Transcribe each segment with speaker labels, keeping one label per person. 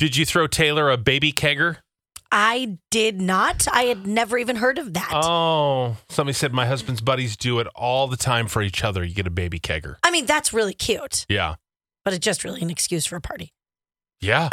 Speaker 1: Did you throw Taylor a baby kegger?
Speaker 2: I did not. I had never even heard of that.
Speaker 1: Oh, somebody said my husband's buddies do it all the time for each other. You get a baby kegger.
Speaker 2: I mean, that's really cute,
Speaker 1: Yeah.
Speaker 2: but it's just really an excuse for a party,
Speaker 1: Yeah.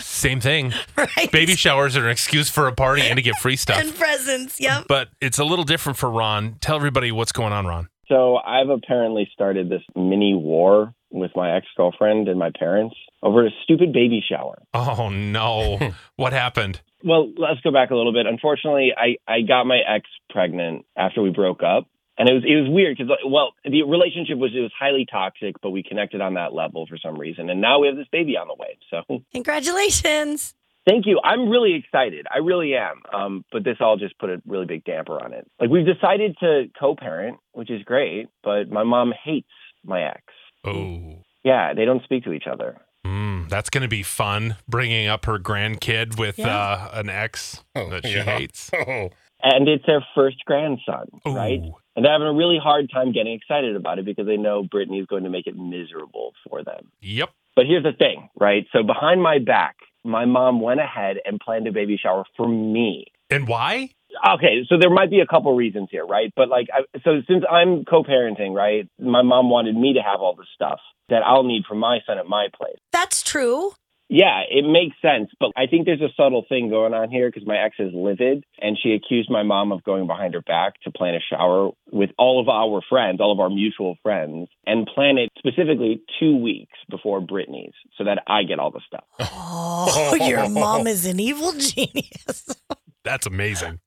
Speaker 1: Same thing.
Speaker 2: right?
Speaker 1: Baby showers are an excuse for a party and to get free
Speaker 2: and
Speaker 1: stuff.
Speaker 2: presents. Yep.
Speaker 1: But it's a little different for Ron. Tell everybody what's going on, Ron.
Speaker 3: So I've apparently started this mini war with my ex girlfriend and my parents over a stupid baby shower.
Speaker 1: Oh, no. what happened?
Speaker 3: Well, let's go back a little bit. Unfortunately, I, I got my ex pregnant after we broke up. And it was it was weird because well the relationship was it was highly toxic but we connected on that level for some reason and now we have this baby on the way so
Speaker 2: Congratulations.
Speaker 3: Thank you. I'm really excited. I really am. Um, but this all just put a really big damper on it. Like we've decided to co-parent, which is great, but my mom hates my ex.
Speaker 1: Oh,
Speaker 3: Yeah, they don't speak to each other.
Speaker 1: mm, that's going to be fun bringing up her grandkid with
Speaker 2: Yeah.
Speaker 1: uh, an ex
Speaker 4: Oh,
Speaker 1: that she
Speaker 4: yeah.
Speaker 1: hates.
Speaker 4: Oh,
Speaker 3: And it's their first grandson,
Speaker 1: Ooh.
Speaker 3: right? And they're having a really hard time getting excited about it because they know Brittany is going to make it miserable for them.
Speaker 1: Yep.
Speaker 3: But here's the thing, right? So behind my back, my mom went ahead and planned a baby shower for me.
Speaker 1: And why?
Speaker 3: okay, so there might be a couple reasons here, right? But like, I, so since I'm co-parenting, right, my mom wanted me to have all the stuff that I'll need for my son at my place.
Speaker 2: That's true.
Speaker 3: Yeah, it makes sense, but I think there's a subtle thing going on here because my ex is livid, and she accused my mom of going behind her back to plan a shower with all of our friends, all of our mutual friends, and plan it specifically two weeks before Brittany's, so that I get all the stuff.
Speaker 2: Oh, your mom is an evil genius.
Speaker 1: That's amazing.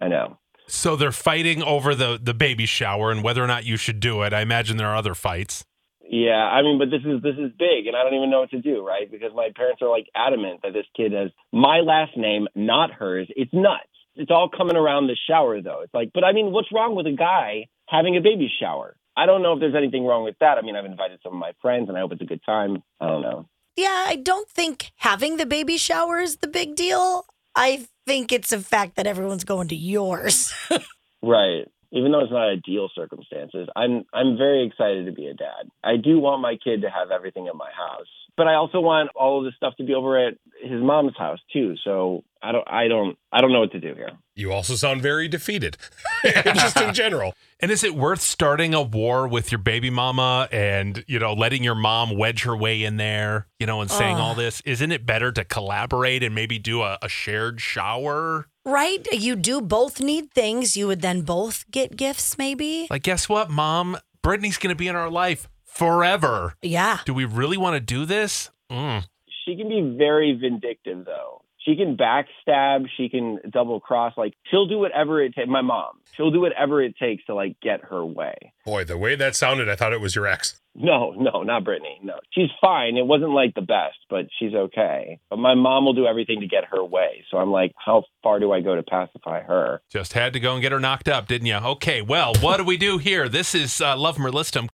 Speaker 3: I know.
Speaker 1: So they're fighting over the, the baby shower and whether or not you should do it. I imagine there are other fights.
Speaker 3: Yeah, I mean, but this is this is big, and I don't even know what to do, right? Because my parents are like adamant that this kid has my last name, not hers. It's nuts. It's all coming around the shower, though. It's like, but I mean, what's wrong with a guy having a baby shower? I don't know if there's anything wrong with that. I mean, I've invited some of my friends, and I hope it's a good time. I don't know.
Speaker 2: Yeah, I don't think having the baby shower is the big deal. I think it's a fact that everyone's going to yours.
Speaker 3: Right. Even though it's not ideal circumstances, I'm I'm very excited to be a dad. I do want my kid to have everything in my house, but I also want all of this stuff to be over at his mom's house too. So I don't I don't I don't know what to do here.
Speaker 4: you also sound very defeated, just in general.
Speaker 1: And is it worth starting a war with your baby mama and, you know, letting your mom wedge her way in there, you know, and saying
Speaker 2: Ugh.
Speaker 1: all this? Isn't it better to collaborate and maybe do a, a shared shower?
Speaker 2: Right? You do both need things. You would then both get gifts, maybe.
Speaker 1: Like, guess what, mom? Brittany's going to be in our life forever.
Speaker 2: Yeah.
Speaker 1: Do we really want to do this? Mm.
Speaker 3: she can be very vindictive though. She can backstab, she can double cross, like she'll do whatever it takes my mom. She'll do whatever it takes to like get her way.
Speaker 4: Boy, the way that sounded, I thought it was your ex.
Speaker 3: No, no, not Brittany. No. She's fine. It wasn't like the best, but she's okay. But my mom will do everything to get her way. So I'm like, how far do I go to pacify her?
Speaker 1: Just had to go and get her knocked up, didn't you? Okay, well, what do we do here? This is uh, Love Merlistum.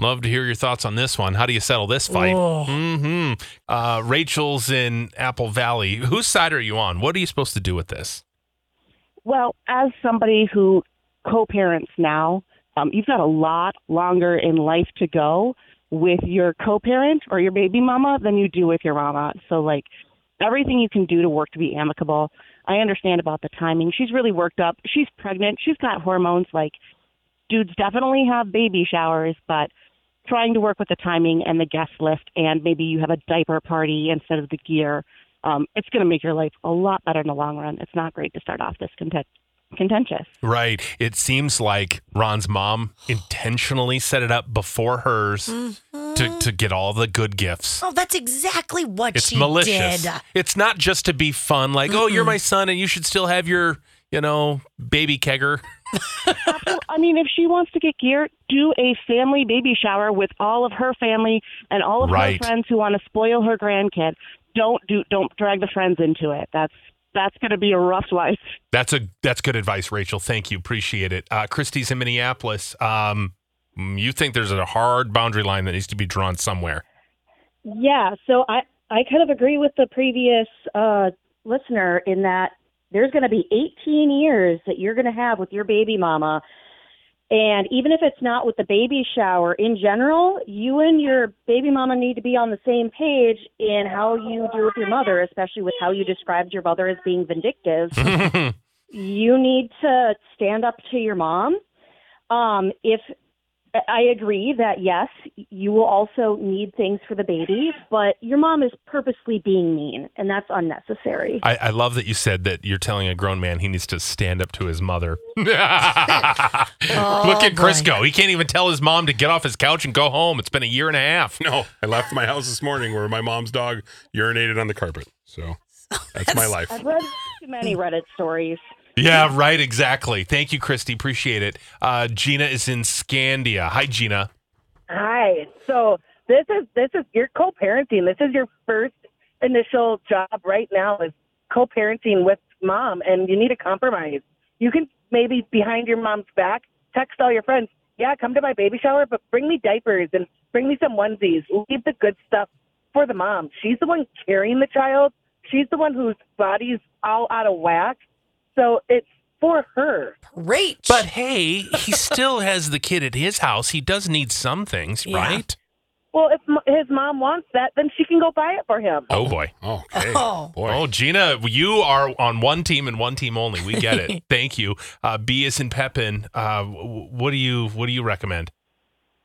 Speaker 1: Love to hear your thoughts on this one. How do you settle this fight?
Speaker 2: Oh.
Speaker 1: hmm Uh, Rachel's in Apple Valley. Whose side are you on? What are you supposed to do with this?
Speaker 5: Well, as somebody who co-parents now, um, you've got a lot longer in life to go with your co-parent or your baby mama than you do with your mama. So, like, everything you can do to work to be amicable. I understand about the timing. She's really worked up. She's pregnant. She's got hormones. Like, dudes definitely have baby showers, but trying to work with the timing and the guest list, and maybe you have a diaper party instead of the gear um, it's going to make your life a lot better in the long run. It's not great to start off this content- contentious.
Speaker 1: Right. It seems like Ron's mom intentionally set it up before hers
Speaker 2: Mm-hmm.
Speaker 1: to, to get all the good gifts.
Speaker 2: Oh, that's exactly what
Speaker 1: It's
Speaker 2: she
Speaker 1: malicious.
Speaker 2: did.
Speaker 1: It's not just to be fun, like, oh, you're my son and you should still have your, you know, baby kegger.
Speaker 5: Well, I mean, if she wants to get gear, do a family baby shower with all of her family and all of
Speaker 1: Right.
Speaker 5: her friends who want to spoil her grandkid.
Speaker 6: don't do don't drag the friends into it. That's that's going to be a rough life.
Speaker 1: That's a that's good advice, Rachel. Thank you, appreciate it. Uh, Christie's in Minneapolis. Um, you think there's a hard boundary line that needs to be drawn somewhere?
Speaker 5: Yeah, so I I kind of agree with the previous uh, listener in that there's going to be 18 years that you're going to have with your baby mama, and even if it's not with the baby shower in general, you and your baby mama need to be on the same page in how you do with your mother, especially with how you described your mother as being vindictive. you need to stand up to your mom. Um, if I agree that yes, you will also need things for the baby, but your mom is purposely being mean, and that's unnecessary.
Speaker 1: I, I love that you said that you're telling a grown man he needs to stand up to his mother. Look at Chris
Speaker 2: boy.
Speaker 1: go. He can't even tell his mom to get off his couch and go home. It's been a year and a half.
Speaker 4: No, Oh, I left my house this morning where my mom's dog urinated on the carpet. So that's my life.
Speaker 5: I've read too many Reddit stories.
Speaker 1: Yeah, right. Exactly. Thank you, Christy. Appreciate it. Uh, Gina is in Scandia. Hi, Gina.
Speaker 7: Hi. So this is this is your co-parenting. This is your first initial job right now is co-parenting with mom, and you need a compromise. You can maybe behind your mom's back text all your friends. Yeah, come to my baby shower, but bring me diapers and bring me some onesies. Leave the good stuff for the mom. She's the one carrying the child. She's the one whose body's all out of whack. So it's for her.
Speaker 2: Great.
Speaker 1: But hey, he still has the kid at his house. He does need some things,
Speaker 2: Yeah.
Speaker 1: right?
Speaker 7: Well, if m- his mom wants that, then she can go buy it for him.
Speaker 1: Oh boy.
Speaker 4: Okay.
Speaker 2: Oh.
Speaker 4: Boy.
Speaker 1: Oh, Gina, you are on one team and one team only. We get it. Thank you. Uh, B is in Pepin. Uh, w- what do you What do you recommend?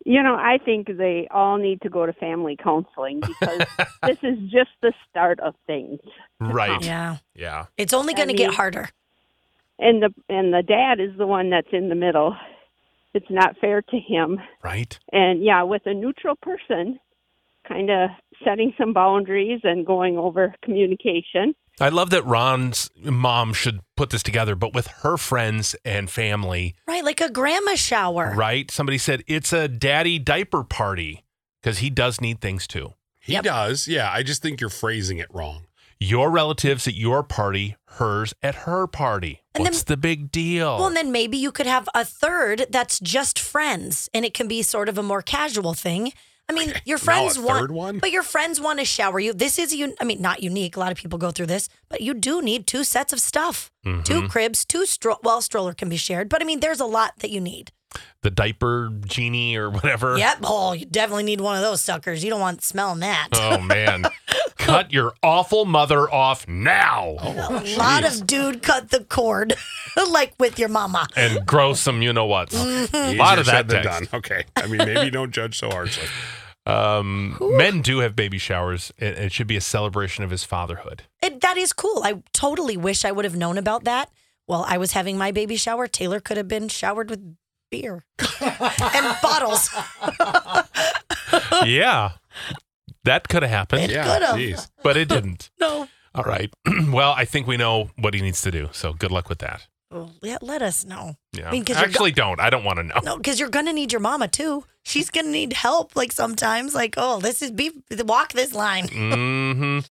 Speaker 8: You know, I think they all need to go to family counseling because this is just the start of things.
Speaker 1: Right. Yeah.
Speaker 2: yeah, it's only
Speaker 8: I
Speaker 2: going to get
Speaker 8: mean-
Speaker 2: harder.
Speaker 8: And the and the dad is the one that's in the middle. It's not fair to him.
Speaker 1: Right.
Speaker 8: And yeah, with a neutral person, kind of setting some boundaries and going over communication.
Speaker 1: I love that Ron's mom should put this together, but with her friends and family,
Speaker 2: Right, like a grandma shower.
Speaker 1: right? Somebody said it's a daddy diaper party because he does need things too.
Speaker 4: He
Speaker 2: Yep.
Speaker 4: does. Yeah. I just think you're phrasing it wrong.
Speaker 1: Your relatives at your party, hers at her party.
Speaker 2: And then-
Speaker 1: What's the big deal?
Speaker 2: Well, and then maybe you could have a third that's just friends, and it can be sort of a more casual thing. I mean, your friends
Speaker 4: now a
Speaker 2: want,
Speaker 4: third one?
Speaker 2: but your friends want to shower you. This is you. I mean, not unique. A lot of people go through this, but you do need two sets of stuff, two cribs, two stro- well, stroller can be shared, but I mean, there's a lot that you need.
Speaker 1: the diaper genie or whatever.
Speaker 2: Yep. Oh, you definitely need one of those suckers. You don't want smelling that.
Speaker 1: Oh man. Cut your awful mother off now.
Speaker 2: a lot of dude cut the cord, like with your mama.
Speaker 1: And grow some you know what.
Speaker 4: A
Speaker 1: lot of that text.
Speaker 4: done. Okay. I mean, maybe don't judge so harshly.
Speaker 1: Um, men do have baby showers and it should be a celebration of his fatherhood.
Speaker 2: It, that is cool. I totally wish I would have known about that. While I was having my baby shower, Taylor could have been showered with beer and bottles.
Speaker 1: yeah. That could have happened,
Speaker 4: yeah.
Speaker 2: could've.
Speaker 4: Jeez.
Speaker 1: but it didn't.
Speaker 2: No.
Speaker 1: All right. well, I think we know what he needs to do. So good luck with that.
Speaker 2: Well, yeah, let us know.
Speaker 1: Yeah.
Speaker 2: I mean, 'cause you're
Speaker 1: Actually, don't. I don't want to know.
Speaker 2: No, because you're gonna need your mama too. She's gonna need help. Like sometimes, like oh, this is be walk this line.
Speaker 1: hmm